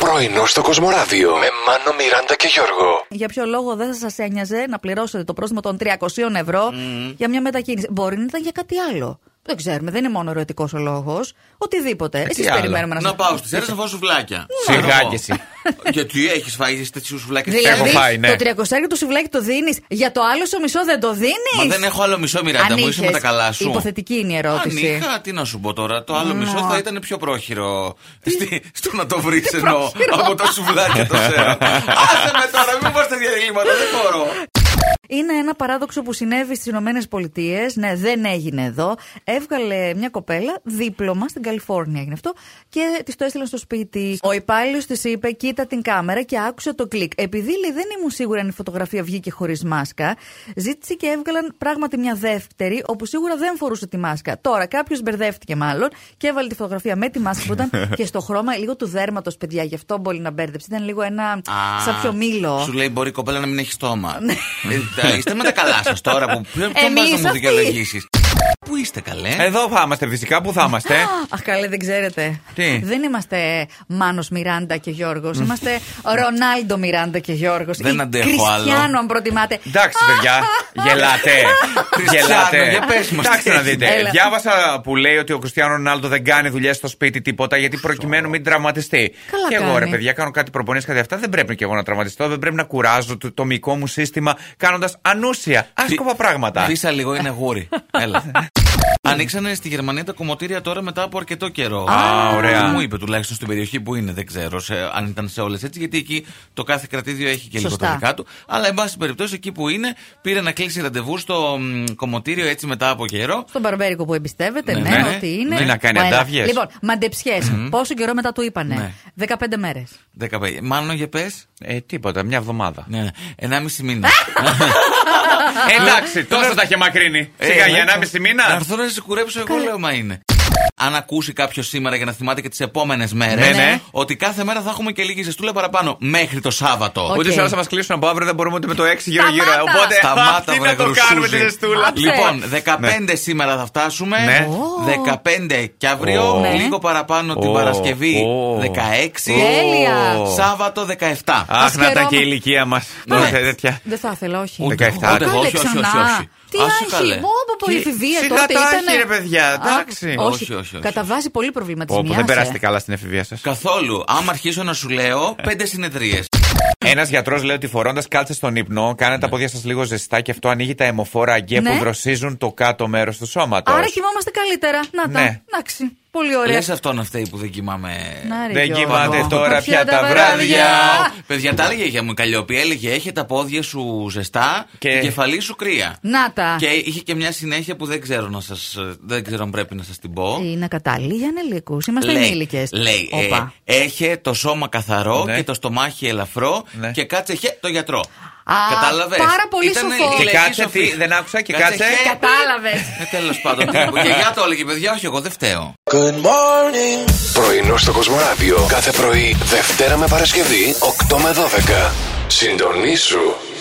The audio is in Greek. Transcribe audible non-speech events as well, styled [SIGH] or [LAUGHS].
Πρωινό στο Κοσμοράδιο με Μάνο, Μιράντα και Γιώργο. Για ποιο λόγο δεν σας ένοιαζε να πληρώσετε το πρόστιμο των 300 ευρώ για μια μετακίνηση. Μπορεί να ήταν για κάτι άλλο. Δεν ξέρουμε, δεν είναι μόνο ερωτικός ο λόγος. Οτιδήποτε. Εσείς άλλο. περιμένουμε να Ναι. σα Ε, Να πάω στι αίρε να φάω σουβλάκια. Σιγά κι εσύ. Γιατί έχεις φάει τέτοιου σουβλάκια στην Δηλαδή, Έχω φάει, το ναι. 300 του σουβλάκι το δίνεις, για το άλλο σου μισό δεν το δίνεις. Μα δεν έχω άλλο μισό, Μιράντα μου, είσαι με τα καλά σου. Υποθετική είναι η ερώτηση. Αν είχα, τι να σου πω τώρα. Το άλλο μισό θα ήταν πιο πρόχειρο. Στη- στο να το βρεις Τι εννοώ. πρόχειρο. Από τα σουβλάκια το [LAUGHS] σέρα. Άσε με τώρα, μην πω στα διαλύματα, δεν μπορώ. Είναι ένα παράδοξο που συνέβη στις Ηνωμένες Πολιτείες. Ναι, δεν έγινε εδώ. Έβγαλε μια κοπέλα δίπλωμα στην Καλιφόρνια, έγινε αυτό, και της το έστειλαν στο σπίτι. Ο υπάλληλος της είπε: Κοίτα την κάμερα και άκουσα το κλικ. Επειδή λέει, δεν ήμουν σίγουρη αν η φωτογραφία βγήκε χωρίς μάσκα, ζήτησε και έβγαλαν πράγματι μια δεύτερη, όπου σίγουρα δεν φορούσε τη μάσκα. Τώρα κάποιος μπερδεύτηκε μάλλον και έβαλε τη φωτογραφία με τη μάσκα που ήταν [LAUGHS] και στο χρώμα λίγο του δέρματος, παιδιά. Γι' αυτό μπορεί να μπέρδεψε. Ήταν λίγο ένα Α, σαν πιο μήλο. Ναι. Σου λέει μπορεί η κοπέλα να μην έχει στόμα. Ε, τα- Είστε με τα καλά σας τώρα που πλέον Εμείς να μου αυτοί. Ε, δικαιολογήσεις. Πού είστε καλέ. Εδώ θα είμαστε φυσικά, πού θα είμαστε. Αχ, καλέ, δεν ξέρετε. Ε? Τι? Δεν είμαστε Μάνος Μιράντα και Γιώργος. Είμαστε Ρονάλντο Μιράντα και Γιώργος. Δεν Ή αντέχω άλλο. Κριστιανό, αν προτιμάτε. Εντάξει, παιδιά, γελάτε. Χριστιανό, γελάτε. για πες μας, Κοιτάξτε τι να έγινε. δείτε. Έλα. Διάβασα που λέει ότι ο Κριστιανό Ρονάλντο δεν κάνει δουλειές στο σπίτι τίποτα γιατί προκειμένου μην τραυματιστεί. Καλά και εγώ κάνει. ρε παιδιά, κάνω κάτι προπονίε, κάτι αυτά. Δεν πρέπει και εγώ να τραυματιστώ. Δεν πρέπει να κουράζω το, το μυϊκό μου σύστημα κάνοντας ανούσια, άσκοπα πράγματα. Φύσα λίγο, είναι γούρι. Έλα. Ανοίξανε στη Γερμανία τα κομμωτήρια τώρα μετά από αρκετό καιρό. Α, ωραία. Μου είπε τουλάχιστον στην περιοχή που είναι, δεν ξέρω σε- αν ήταν σε όλες έτσι, γιατί εκεί το κάθε κρατήδιο έχει και λίγο Σωστά. τα δικά του. Αλλά, εν πάση περιπτώσει, εκεί που είναι, πήρε να κλείσει ραντεβού στο μ, κομμωτήριο έτσι μετά από καιρό. Στον Μπαρμπέρικο που εμπιστεύεται, Ναι, ναι, ναι. ότι είναι. Τι να κάνει, Μα έλα. αντάβιες. Λοιπόν, μαντεψιές. Πόσο καιρό μετά του είπανε. Ναι. 15 μέρε. 15. Μάλλον για πες. Ε, τίποτα, μια εβδομάδα. Ναι, ναι. Ενάμιση [LAUGHS] μήνα. Εντάξει, τόσο τα είχε μακρύνει. Σιγά Ε, για ναι. 1,5 Να μήνα. έρθω να σε κουρέψω, εγώ λέω μα είναι. Αν ακούσει κάποιος σήμερα για να θυμάται και τις επόμενες μέρες, Ναι, ναι. ότι κάθε μέρα θα έχουμε και λίγη ζεστούλα παραπάνω μέχρι το Σάββατο. Οκ. Ούτε σε όλα θα μας κλείσουν από αύριο, δεν μπορούμε ούτε με το 6 γύρω-γύρω. Σταμάτα. Οπότε Σταμάτα τι βρε να το κάνουμε τη γρουσούζη. ζεστούλα. Λοιπόν, 15 σήμερα θα φτάσουμε. Ναι. 15 και αύριο. Ναι. Ω. Λίγο παραπάνω την Ω. Παρασκευή. Ω. 16. Τέλεια. Σάββατο 17. Αχ, να ήταν Ασκερόμα. και η ηλικία μας. Ναι. τέτοια. Δεν θα ήθελα, όχι. Ούτε εγώ, 17. ούτε εγώ, Κάλε όχι, όχι, όχι, όχι. Τι Άσε άχη, καλέ. πω, πω, πω, η εφηβεία Σιγά τότε τα άχη, ήταν. ρε παιδιά, εντάξει. όχι, Όχι, όχι, όχι. Καταβάζει πολύ προβληματισμό. Όπου δεν περάσετε καλά στην εφηβεία σας. Καθόλου. Άμα αρχίσω να σου λέω, Ε. πέντε συνεδρίες. Ένας γιατρός λέει ότι φορώντας κάλτσες στον ύπνο, κάνε Ναι. τα πόδια σας λίγο ζεστά και αυτό ανοίγει τα αιμοφόρα αγκαία Ναι. που δροσίζουν το κάτω μέρος του σώματος. Άρα κοιμόμαστε καλύτερα. Να τα. Ναι. Εντάξει. Πολύ ωραία. Λες αυτόν αυτή που δεν κοιμάμαι. Να ρε, Δεν Γιώργο. κοιμάται τώρα Μα πια τα Παιδιά, βράδια. παιδιά, τα έλεγε για μου η Καλλιόπη. Έλεγε: Έχει τα πόδια σου ζεστά και Και- η κεφαλή σου κρύα. Να τα. Και είχε και μια συνέχεια που δεν ξέρω, να σας, ε, δεν ξέρω αν πρέπει να σας την πω. Είναι κατάλληλη για ανελίκου. Είμαστε Λέει- ενήλικες. Λέει, ε, έχε το σώμα καθαρό Ναι. και το στομάχι ελαφρό Ναι. και κάτσε χε το γιατρό. Α, Κατάλαβες. πάρα πολύ σοφό. Και κάτσε τι, δεν άκουσα, και κάτσε. ε, Κατάλαβες. Τέλο Ε, [LAUGHS] πάντων, κάπου. και για το έλεγε, παιδιά, όχι, εγώ δεν φταίω. Πρωινό στο Κοσμοράδιο κάθε πρωί, Δευτέρα με Παρασκευή, 8 με 12. Συντονίσου